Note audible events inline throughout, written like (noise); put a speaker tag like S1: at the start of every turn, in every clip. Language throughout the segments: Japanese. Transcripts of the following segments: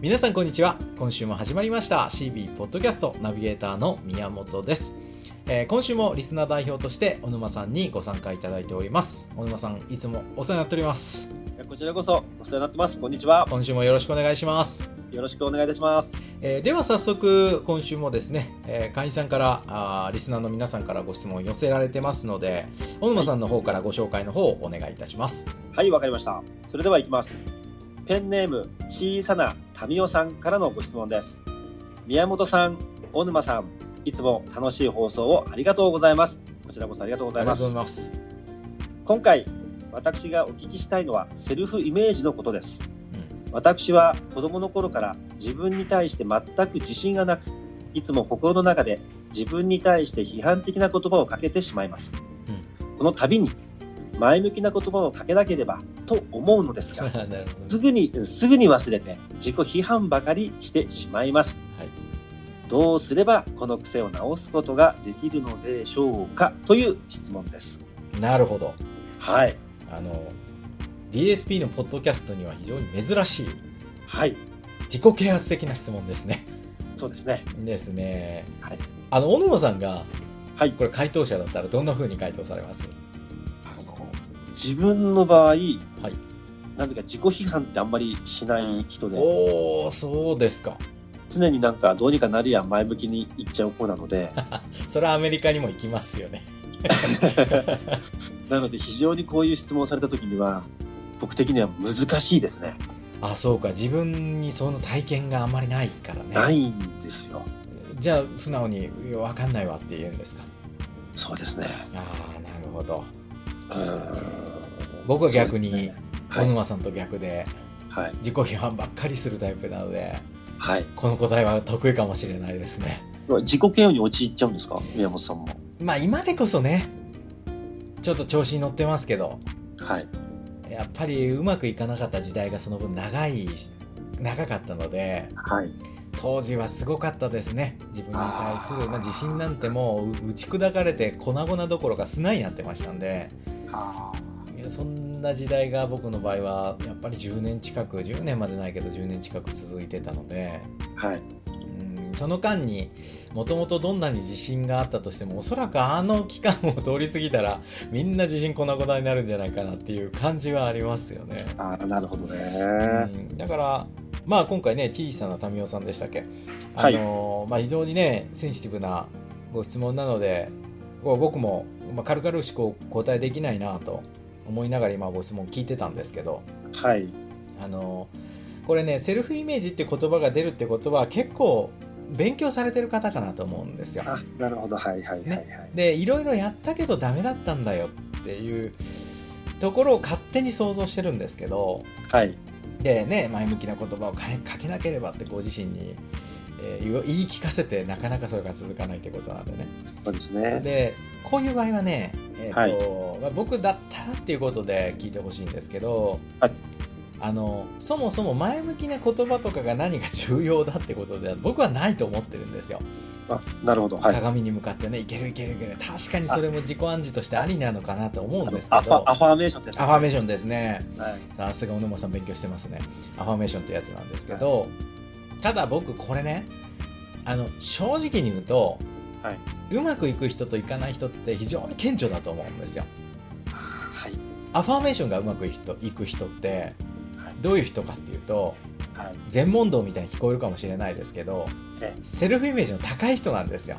S1: 皆さんこんにちは今週も始まりました CB ポッドキャストナビゲーターの宮本です、えー今週もリスナー代表として小沼さんにご参加いただいております小沼さんいつもお世話になっております
S2: いやこちらこそお世話になってます。こんにちは。
S1: 今週もよろしくお願いします
S2: よろしくお願いいたします。
S1: えーでは早速今週もですね、えー会員さんからあーリスナーの皆さんからご質問寄せられてますので小沼さんの方からご紹介の方をお願いいたします
S2: はい、わかりました。それでは行きます。ペンネーム、小さな民生さんからのご質問です。宮本さん、小沼さん、いつも楽しい放送をありがとうございます。こちらこそありがと
S1: あ
S2: うござ
S1: り
S2: い
S1: が
S2: ま
S1: とう
S2: す
S1: ご。ざいます
S2: 今回、私がお聞きしたいのはセルフイメージのことです。私は子供の頃から自分に対して全く自信がなく、いつも心の中で自分に対して批判的な言葉をかけてしまいます。この度に前向きな言葉をかけなければと思うのです
S1: うん
S2: が、
S1: なるほ
S2: す
S1: ど、
S2: ぐに、すぐに忘れて自己批判ばかりしてしまいます。
S1: はい
S2: どうすればこの癖を直すことができるのでしょうかという質問です。
S1: (laughs) なるほど
S2: はい。
S1: あの DSP のポッドキャストには非常に珍しい
S2: はい。
S1: 自己啓発的な質問ですね (laughs)
S2: そうですね。
S1: ですね
S2: はい。
S1: あの小沼さんが
S2: はい。
S1: これ回答者だったらどんな風に回答されます
S2: あの自分の場合、はい、
S1: はい
S2: なぜか自己批判ってあんまりしない人で、
S1: おおそうですか
S2: 常になんかどうにかなりや前向きにいっちゃう方な
S1: (laughs)
S2: ので、
S1: それはアメリカにも行きますよね
S2: なので非常にこういう質問をされた時には、僕的には難しいですね。
S1: あそうか自分にその体験があんまりないからね
S2: ないんですよ。
S1: じゃあ素直に「いやわかんないわ」って言うんですか
S2: そうですね。
S1: ああなるほど
S2: うーん
S1: 僕は逆に
S2: そうですねは
S1: 小
S2: い。
S1: 沼さんと逆で
S2: はい。
S1: 自己批判ばっかりするタイプなので
S2: はい。
S1: この答えは得意かもしれないですね
S2: 自己嫌悪に陥っちゃうんですか宮本さんも。
S1: まあ今でこそねちょっと調子に乗ってますけど
S2: はい。
S1: やっぱりうまくいかなかった時代がその分長い長かったので
S2: はい。
S1: 当時はすごかったですね自分に対するまあ、自信なんてもう打ち砕かれて粉々どころか砂になってましたんで
S2: あ
S1: いやそんな時代が僕の場合はやっぱり10年近く10年までないけど10年近く続いてたので
S2: ーはい。
S1: うんその間にもともとどんなに自信があったとしてもおそらくあの期間を通り過ぎたらみんな自信粉々になるんじゃないかなっていう感じはありますよね、
S2: ああ、なるほどね。
S1: うんだからまあ今回ね小さな民生さんでしたっけあの、まあ、非常にねセンシティブなご質問なのでこう僕も、まあ、軽々しくお答えできないなと思いながら今ご質問聞いてたんですけど
S2: はい。
S1: あのこれねセルフイメージって言葉が出るってことは結構勉強されてる方かなと思うんですよ
S2: あなるほど。はいはいはいはい。
S1: でいろいろやったけどダメだったんだよっていうところを勝手に想像してるんですけど
S2: はい。
S1: でね前向きな言葉をかえかけなければってご自身に、えー言う言い聞かせてなかなかそれが続かないってことなんでね
S2: そうですね。
S1: でこういう場合はね、えーとまあ僕だったらっていうことで聞いてほしいんですけど、
S2: はい
S1: あのそもそも前向きな言葉とかが何が重要だってことでは僕はないと思ってるんですよ、
S2: あなるほど。はい。
S1: 鏡に向かってねいけるいけるいける確かにそれも自己暗示としてありなのかなと思うんですけど
S2: アファアファーメーションです、
S1: アファーメーションですね
S2: はい。
S1: さすが小沼さん勉強してますねアファメーションってやつなんですけど、ただ僕これねあの正直に言うと、
S2: は
S1: うまくいく人といかない人って非常に顕著だと思うんですよ
S2: はい。
S1: アファーメーションがうまくいく人いく人って
S2: はい
S1: どういう人かっていうと
S2: はい。
S1: 全問答みたいに聞こえるかもしれないですけど
S2: え
S1: セルフイメージの高い人なんですよ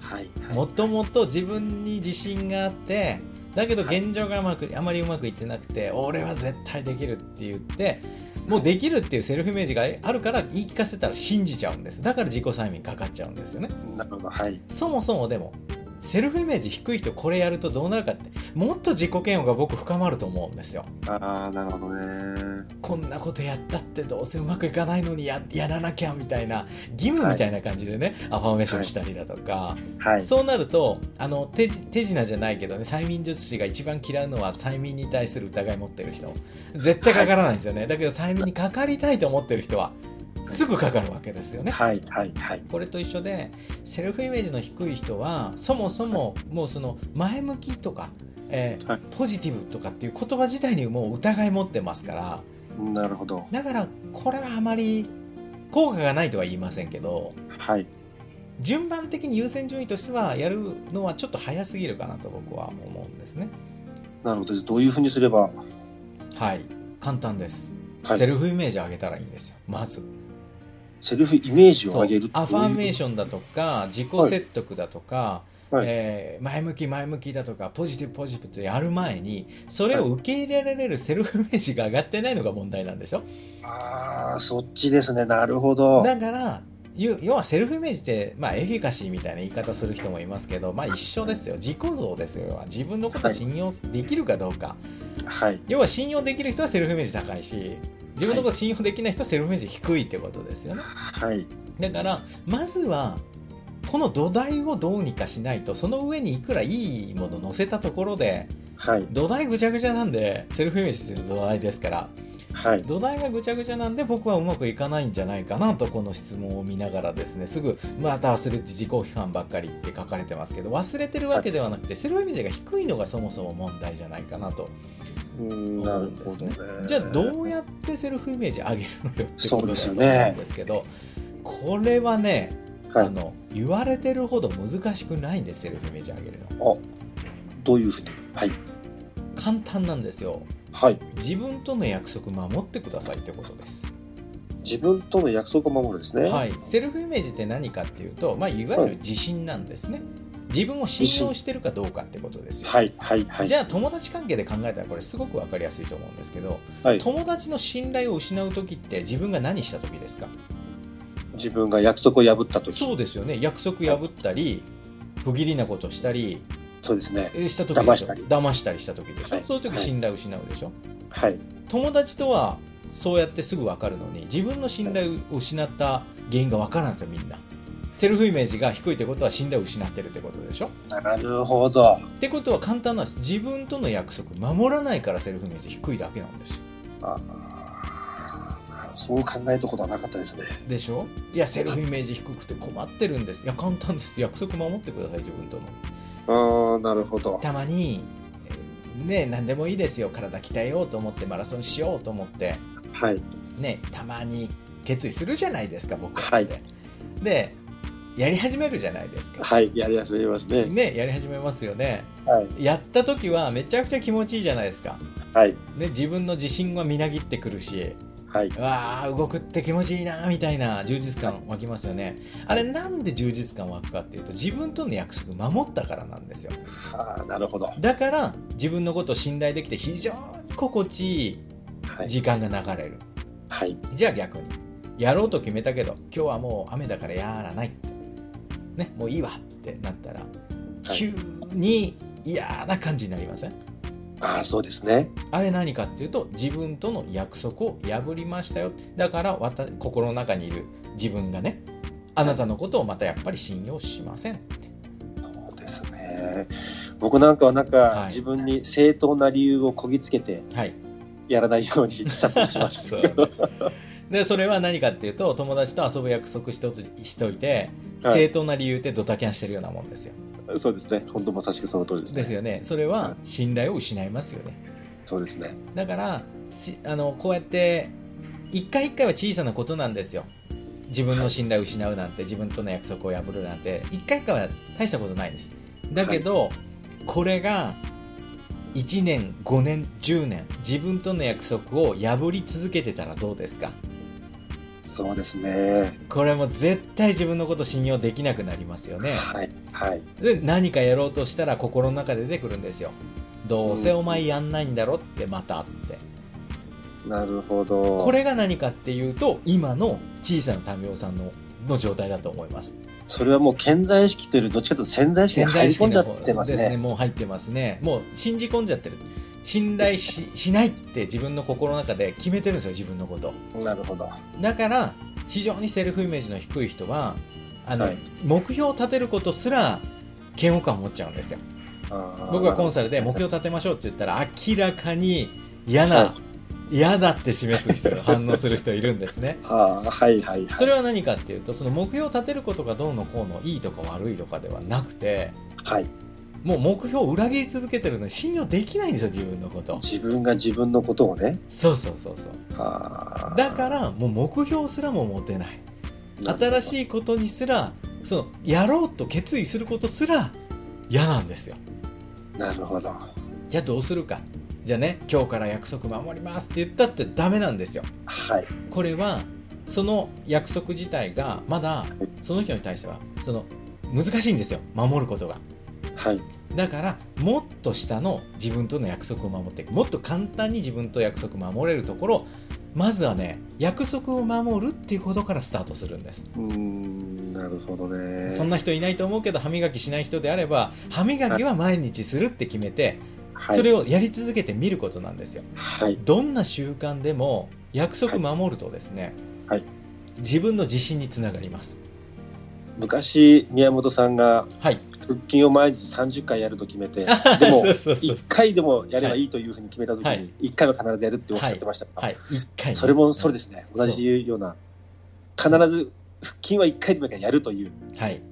S2: はい。
S1: もともと自分に自信があってだけど
S2: はい
S1: 現状がうまくあまりうまくいってなくて俺は絶対できるって言ってもうできるっていうセルフイメージがあるから言い聞かせたら信じちゃうんですだから自己催眠かかっちゃうんですよね
S2: なるほど。はい。
S1: そもそもでもセルフイメージ低い人これやるとどうなるかってもっと自己嫌悪が僕深まると思うんですよ
S2: ああ、なるほどね。
S1: こんなことやったってどうせうまくいかないのにややらなきゃみたいな義務みたいな感じでね、アファーメーションしたりだとか、
S2: はい。
S1: そうなるとあの手じ手品じゃないけどね催眠術師が一番嫌うのは催眠に対する疑い持ってる人絶対かからないんですよね、だけど催眠にかかりたいと思ってる人はすぐかかるわけですよね、
S2: はい。はい。はい。
S1: これと一緒でセルフイメージの低い人はそもそももうその前向きとか、えー
S2: はい
S1: ポジティブとかっていう言葉自体にもう疑い持ってますから
S2: なるほど。
S1: だからこれはあまり効果がないとは言いませんけど、
S2: はい。
S1: 順番的に優先順位としては、やるのはちょっと早すぎるかなと僕は思うんですね。
S2: なるほど。どういうふうにすれば、
S1: はい。簡単です。
S2: はい
S1: セルフイメージ上げたらいいんですよ、まず。
S2: セルフイメージを
S1: そう
S2: 上げる
S1: アファーメー
S2: ョン。
S1: ションだとか自己説得だとか、
S2: はい
S1: えー前向き前向きだとかポジティブポジティブとやる前にそれを受け入れられるセルフイメージが上がってないのが問題なんでしょ
S2: ああ、そっちですね。なるほど。
S1: だからゆ要はセルフイメージって、まあ、エフィカシーみたいな言い方する人もいますけど、まあ、一緒ですよ自己像ですよ要は自分のことを信用できるかどうか、
S2: はい。
S1: 要は信用できる人はセルフイメージ高いし自分のこと信用できない人はセルフイメージ低いってことですよね
S2: はい。
S1: だからまずはこの土台をどうにかしないとその上にいくらいいもの乗せたところで
S2: はい。
S1: 土台ぐちゃぐちゃなんでセルフイメージする土台ですから
S2: はい。
S1: 土台がぐちゃぐちゃなんで僕はうまくいかないんじゃないかなとこの質問を見ながらですねすぐまた忘れて自己批判ばっかりって書かれてますけど忘れてるわけではなくてセルフイメージが低いのがそもそも問題じゃないかなと
S2: うーん
S1: 思
S2: な
S1: う
S2: る
S1: んで
S2: ほ
S1: す
S2: ど
S1: ね
S2: ね。
S1: じゃあどうやってセルフイメージ上げるのよってことだと
S2: そう
S1: 思
S2: ですよね
S1: うんですけどこれはね
S2: は
S1: あ
S2: い。
S1: の言われてるほど難しくないんですセルフイメージ上げるの
S2: どういうふうに。はい。
S1: 簡単なんですよ
S2: はい。
S1: 自分との約束守ってくださいってことです、
S2: 自分との約束を守るんですね。
S1: はい、セルフイメージって何かっていうと、まあ、いわゆる自信なんですね自分を信用してるかどうかってことですよ、
S2: はい。はい。はい。
S1: じゃあ友達関係で考えたらこれすごく分かりやすいと思うんですけど、
S2: はい
S1: 友達の信頼を失う時って自分が何した時ですか
S2: 自分が約束を破ったとき。
S1: そうですよね約束破ったり不義理なことしたり
S2: そうですね。
S1: えした時でょ
S2: 騙したり
S1: 騙したりした時でしょ、
S2: はい
S1: そういう時
S2: はい
S1: 信頼を失うでしょ、
S2: はい。
S1: 友達とはそうやってすぐ分かるのに自分の信頼を失った原因が分からんですよみんなセルフイメージが低いってことは信頼を失ってるってことでしょ
S2: なるほど。
S1: ってことは簡単なんです自分との約束守らないからセルフイメージ低いだけなんですよ
S2: あーそう考えたことはなかったですね。
S1: でしょいやセルフイメージ低くて困ってるんですいや簡単です約束守ってください自分との
S2: ああ、なるほど。
S1: たまにえーね何でもいいですよ体鍛えようと思ってマラソンしようと思って
S2: はい。
S1: ね、たまに決意するじゃないですか僕
S2: は
S1: らっ
S2: い
S1: て、でやり始めるじゃないですか、
S2: はい。やりやすいますね。
S1: ね、やり始めますよね
S2: はい。
S1: やった時はめちゃくちゃ気持ちいいじゃないですか、
S2: はい。
S1: ね、自分の自信はみなぎってくるし
S2: はい。
S1: わあ動くって気持ちいいなみたいな充実感湧きますよねあれなんで充実感湧くかっていうと自分との約束守ったからなんですよ
S2: ああ、なるほど。は
S1: だから自分のことを信頼できて非常に心地いい
S2: い。
S1: 時間が流れる
S2: はい。
S1: じゃあ逆にやろうと決めたけど今日はもう雨だからやらないってねもういいわってなったら
S2: はい
S1: 急に嫌な感じになりません、
S2: ああ、そうですね。
S1: あれ何かっていうと自分との約束を破りましたよだからわた心の中にいる自分がねあなたのことをまたやっぱり信用しません
S2: そうですね。僕なんかはなんか、
S1: はい
S2: 自分に正当な理由をこぎつけて
S1: はい
S2: やらないようにしたりしまし
S1: (laughs) そ
S2: た
S1: う
S2: け
S1: ね
S2: ど。
S1: でそれは何かっていうと友達と遊ぶ約束しとつしといて、
S2: はい
S1: 正当な理由でドタキャンしてるようなもんですよ
S2: そうですね。本当まさしくその通りですね。
S1: ですよねそれは信頼を失いますよね
S2: そうですね。
S1: だからしあのこうやって一回一回は小さなことなんですよ自分の信頼を失うなんて自分との約束を破るなんて一回一回は大したことないですだけど、これが1年5年10年自分との約束を破り続けてたらどうですか
S2: そうですね。
S1: これも絶対自分のこと信用できなくなりますよね
S2: はい。はい。
S1: で何かやろうとしたら心の中で出てくるんですよどうせお前やんないんだろってまたって
S2: なるほど。
S1: これが何かっていうと今の小さな民生さんのの状態だと思います
S2: それはもう健在意識というよりどっちかというと潜在意識に入り込んじゃ
S1: の
S2: ってます
S1: です
S2: ね。
S1: もう入ってますねもう信じ込んじゃってる信頼ししないって自分の心の中で決めてるんですよ自分のこと
S2: なるほど。
S1: だから非常にセルフイメージの低い人はあの、
S2: はい
S1: 目標を立てることすら嫌悪感を持っちゃうんですよ僕がコンサルで目標立てましょうって言ったら明らかに嫌な、
S2: は
S1: 嫌だって示す人が反応する人いるんですね
S2: ああはいはいはい。
S1: それは何かっていうとその目標を立てることがどうのこうのいいとか悪いとかではなくて
S2: はい。
S1: もう目標を裏切り続けてるのに信用できないんですよ自分のこと
S2: 自分が自分のことをね。
S1: そうそうそうそう
S2: ああ
S1: だからもう目標すらも持てない新しいことにすらそのやろうと決意することすら嫌なんですよ
S2: い。なるほど。
S1: じゃあどうするかじゃあね今日から約束守りますって言ったってダメなんですよ
S2: はい。
S1: これはその約束自体がまだその人に対してはその難しいんですよ守ることが
S2: はい。
S1: だからもっと下の自分との約束を守っていくもっと簡単に自分と約束を守れるところまずはね約束を守るっていうことからスタートするんです
S2: うーん、なるほどね。
S1: そんな人いないと思うけど歯磨きしない人であれば歯磨きは毎日するって決めて
S2: はい、
S1: それをやり続けてみることなんですよ
S2: はい。
S1: どんな習慣でも約束守るとですね、
S2: はいはい
S1: 自分の自信につながります
S2: 昔、宮本さんが (laughs)
S1: はい
S2: 腹筋を毎日30回やると決めて、で
S1: で
S2: も
S1: そうそうそう
S2: 1回でもやればいいというふうに決めたとき
S1: はい
S2: に、1回は必ずやるっておっしゃってました
S1: はい一回
S2: それもそうですすね、同じような、必ず腹筋は1回でもいいからやるという、
S1: はい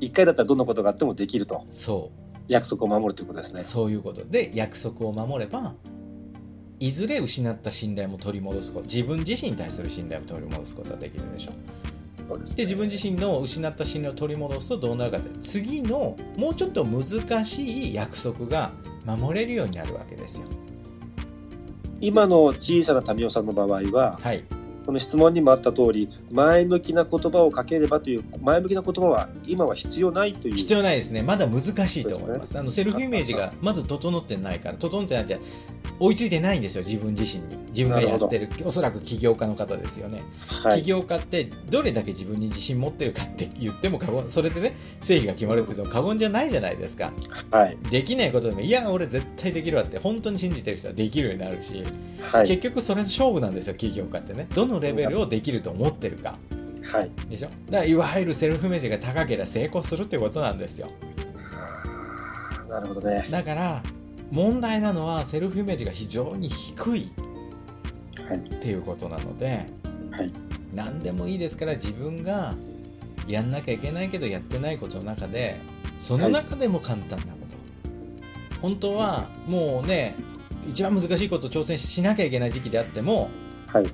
S2: 1回だったらどんなことがあってもできると、
S1: そ
S2: 約束を守るということです
S1: う
S2: ね。
S1: そういうことで約束を守ればいずれ失った信頼も取り戻すこと自分自身に対する信頼も取り戻すことができるでしょう
S2: そうですね
S1: で自分自身の失った信頼を取り戻すとどうなるかって次のもうちょっと難しい約束が守れるようになるわけですよ
S2: 今の小さな民生さんの場合は、
S1: はい
S2: この質問にもあった通り、前向きな言葉をかければという、前向きな言葉は今は必要ないという。
S1: 必要ないですねまだ難しいと思いますあのセルフイメージがまず整ってないから整ってないって追いついてないんですよ自分自身に自分がやってるおそらく起業家の方ですよね、
S2: は
S1: 起
S2: い、
S1: 業家ってどれだけ自分に自信持ってるかって言っても過言それでね正義が決まるって言っても過言じゃないじゃないですか
S2: はい、
S1: できないことでもいや俺絶対できるわって本当に信じてる人はできるようになるし、
S2: はい、
S1: 結局それの勝負なんですよ起業家ってねどのレベルをできると思ってるか
S2: はい。
S1: でしょだからいわゆるセルフイメージが高ければ成功するってことなんですよ
S2: なるほどね。
S1: だから問題なのはセルフイメージが非常に低い
S2: はい、
S1: っていうことなので
S2: はい、
S1: 何でもいいですから自分がやんなきゃいけないけどやってないことの中でその中でも簡単なこと、本当はもうね一番難しいことを挑戦しなきゃいけない時期であっても
S2: はい、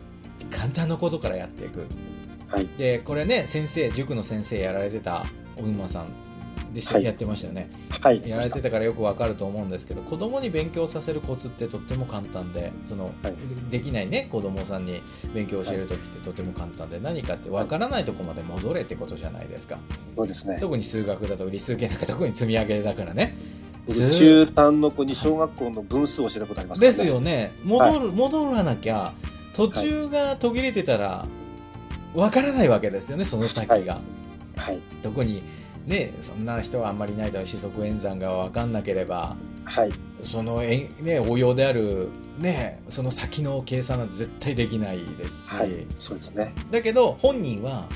S1: 簡単なことからやっていく
S2: はい、
S1: でこれね先生塾の先生やられてた小沼さんでしょ、
S2: はい
S1: やってましたよね
S2: はい。
S1: やられてたからよくわかると思うんですけど子供に勉強させるコツってとっても簡単でその、
S2: い
S1: できないね子供さんに勉強を教える時ってとても簡単で何かってわからないとこまで戻れってことじゃないですか
S2: そうですね。
S1: 特に数学だと理数系なんか特に積み上げだからね
S2: 僕中3の子に小学校の分数を教えたことありますから
S1: で
S2: ね
S1: すよね戻る、戻らなきゃ途中が途切れてたらわからないわけですよねその先が。
S2: はいはい、
S1: 特にねそんな人はあんまりいないだろう四則演算が分かんなければ
S2: はい、
S1: そのえん、ね、応用である、ね、その先の計算なんて絶対できないですし、
S2: はい、そうですね。
S1: だけど本人は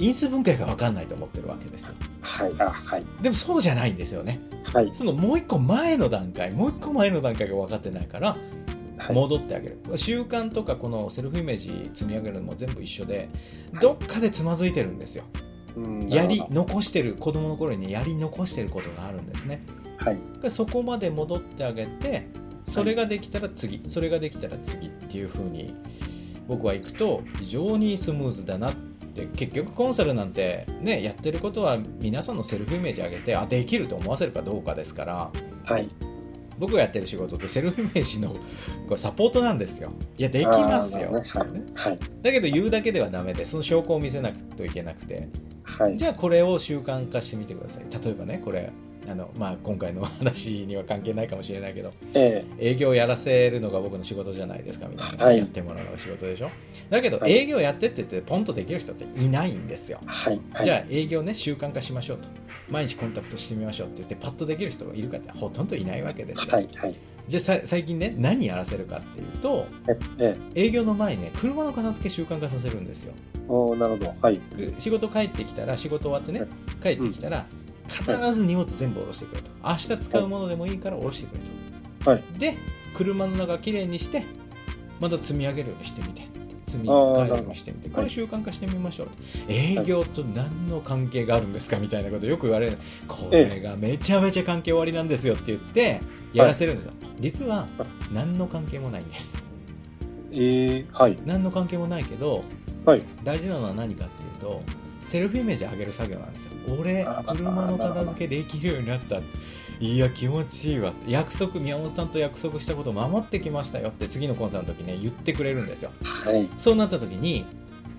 S1: 因数分解が分かんないと思ってるわけですよ
S2: はい、あ、はい、
S1: でもそうじゃないんですよね
S2: はい、
S1: そのもう一個前の段階もう一個前の段階が分かってないから
S2: はい、
S1: 戻ってあげる、習慣とかこのセルフイメージ積み上げるのも全部一緒でどっかでつまずいてるんですよ
S2: うん
S1: やり
S2: なる
S1: 残してる子供の頃にねやり残してることがあるんですね
S2: ほどはい、
S1: でそこまで戻ってあげてそれができたら次、それができたら次っていう風に僕は行くと非常にスムーズだなって結局コンサルなんてねやってることは皆さんのセルフイメージ上げてあできると思わせるかどうかですから
S2: はい、
S1: 僕がやってる仕事ってセルフイメージのこうサポートなんですよいやできますよ、
S2: あーなるほどね
S1: ね
S2: はい、
S1: だけど言うだけではダメでその証拠を見せなくといけなくて
S2: はい、
S1: じゃあこれを習慣化してみてください例えばねこれあの、まあ、今回の話には関係ないかもしれないけど
S2: え
S1: 営業をやらせるのが僕の仕事じゃないですか皆さん、
S2: はい
S1: やってもらうのが仕事でしょだけど
S2: はい
S1: 営業やってって言ってポンとできる人っていないんですよ
S2: えはい、はい、
S1: じゃあ営業ね習慣化しましょうと毎日コンタクトしてみましょうって言ってパッとできる人がいるかってほとんどいないわけですよ、
S2: はい、はい、
S1: じゃあさ最近ね何やらせるかっていうと
S2: ええ
S1: 営業の前にね車の片付け習慣化させるんですよ
S2: えおーなるほど、はい、
S1: く仕事帰ってきたら仕事終わってね
S2: はい
S1: 帰ってきたら必ず荷物全部下ろしてくれと明日使うものでもいいから下ろしてくれと、
S2: はい
S1: で車の中きれいにしてまた積み上げるようにしてみて積み
S2: あー
S1: 替えるようにしてみて
S2: なるほ
S1: こ
S2: ど
S1: れ習慣化してみましょうと、営業と何の関係があるんですかみたいなことよく言われるこれがめちゃめちゃ関係終わりなんですよって言ってやらせるんですよ実は何の関係もないんです
S2: えー、はい、
S1: 何の関係もないけど
S2: はい
S1: 大事なのは何かっていうとセルフイメージ上げる作業なんですよ俺
S2: あー
S1: 車の片付けできるようになったいや気持ちいいわ約束宮本さんと約束したことを守ってきましたよって次のコンサートの時ね言ってくれるんですよ
S2: はい。
S1: そうなった時に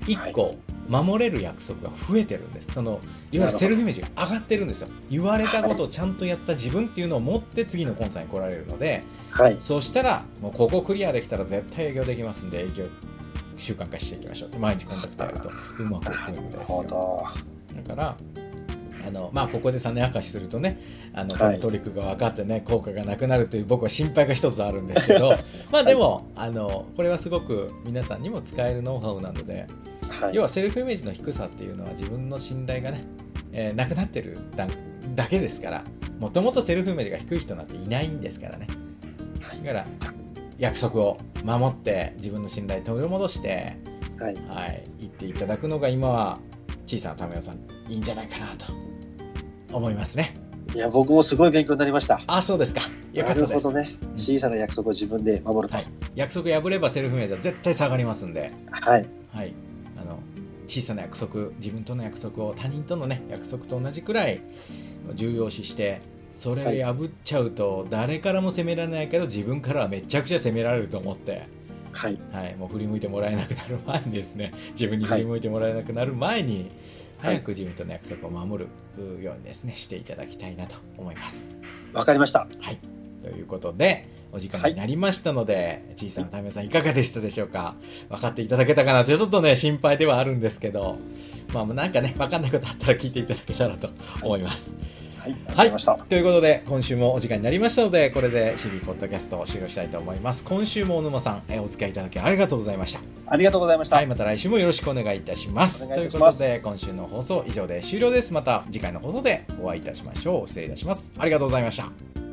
S1: 1個守れる約束が増えてるんですそのいわゆるセルフイメージが上がってるんですよ言われたことをちゃんとやった自分っていうのを持って次のコンサートに来られるので
S2: はい。
S1: そしたらもうここクリアできたら絶対営業できますんで営業習慣化していきましょうって毎日コンタクトやるとうまくいくん
S2: なる
S1: です
S2: ほ
S1: よ
S2: ど。
S1: だからあのまあここで種明かしするとねあの
S2: はい
S1: このトリックが分かってね効果がなくなるという僕は心配が一つあるんですけどまあでもあのこれはすごく皆さんにも使えるノウハウなので
S2: はい。
S1: 要はセルフイメージの低さっていうのは自分の信頼がね、えーなくなってるだだけですからもともとセルフイメージが低い人なんていないんですからね
S2: はい
S1: だから約束を守って自分の信頼取り戻して、
S2: はい。
S1: はい、言っていただくのが今は小さなためよさんいいんじゃないかなと思いますね
S2: いや、僕もすごい勉強になりました。
S1: あそうですかよかっ
S2: な
S1: た
S2: る
S1: で
S2: ほ
S1: す、
S2: どね。
S1: ん
S2: 小さな約束を自分で守ると。
S1: はい、約束破ればセルフイメージは絶対下がりますんで
S2: はい。
S1: はい、あの小さな約束自分との約束を他人との、ね、約束と同じくらい重要視してそれ
S2: はい
S1: 破っちゃうと誰からも責められないけど自分からはめちゃくちゃ責められると思って、
S2: はい。
S1: はい、もう振り向いてもらえなくなる前にですね (laughs) 自分に振り向いてもらえなくなる前に、
S2: はい
S1: 早く自分との約束を守るようにですねしていただきたいなと思います。
S2: わかりました。
S1: はい、ということでお時間になりましたので、小さなタイムさんいかがでしたでしょうか分かっていただけたかなってちょっとね心配ではあるんですけどまあなんかね分かんないことあったら聞いていただけたらと思います、
S2: はい。わかりました。
S1: ということで今週もお時間になりましたのでこれで CB ポッドキャストを終了したいと思います今週も小沼さんえお付き合いいただきありがとうございました
S2: ありがとうございました。
S1: はいまた来週もよろしくお願いいたします
S2: お
S1: と
S2: 願
S1: い
S2: いうい
S1: こ
S2: たしま
S1: と
S2: す
S1: で今週の放送以上で終了ですまた次回の放送でお会いいたしましょう失礼いたしますありがとうございました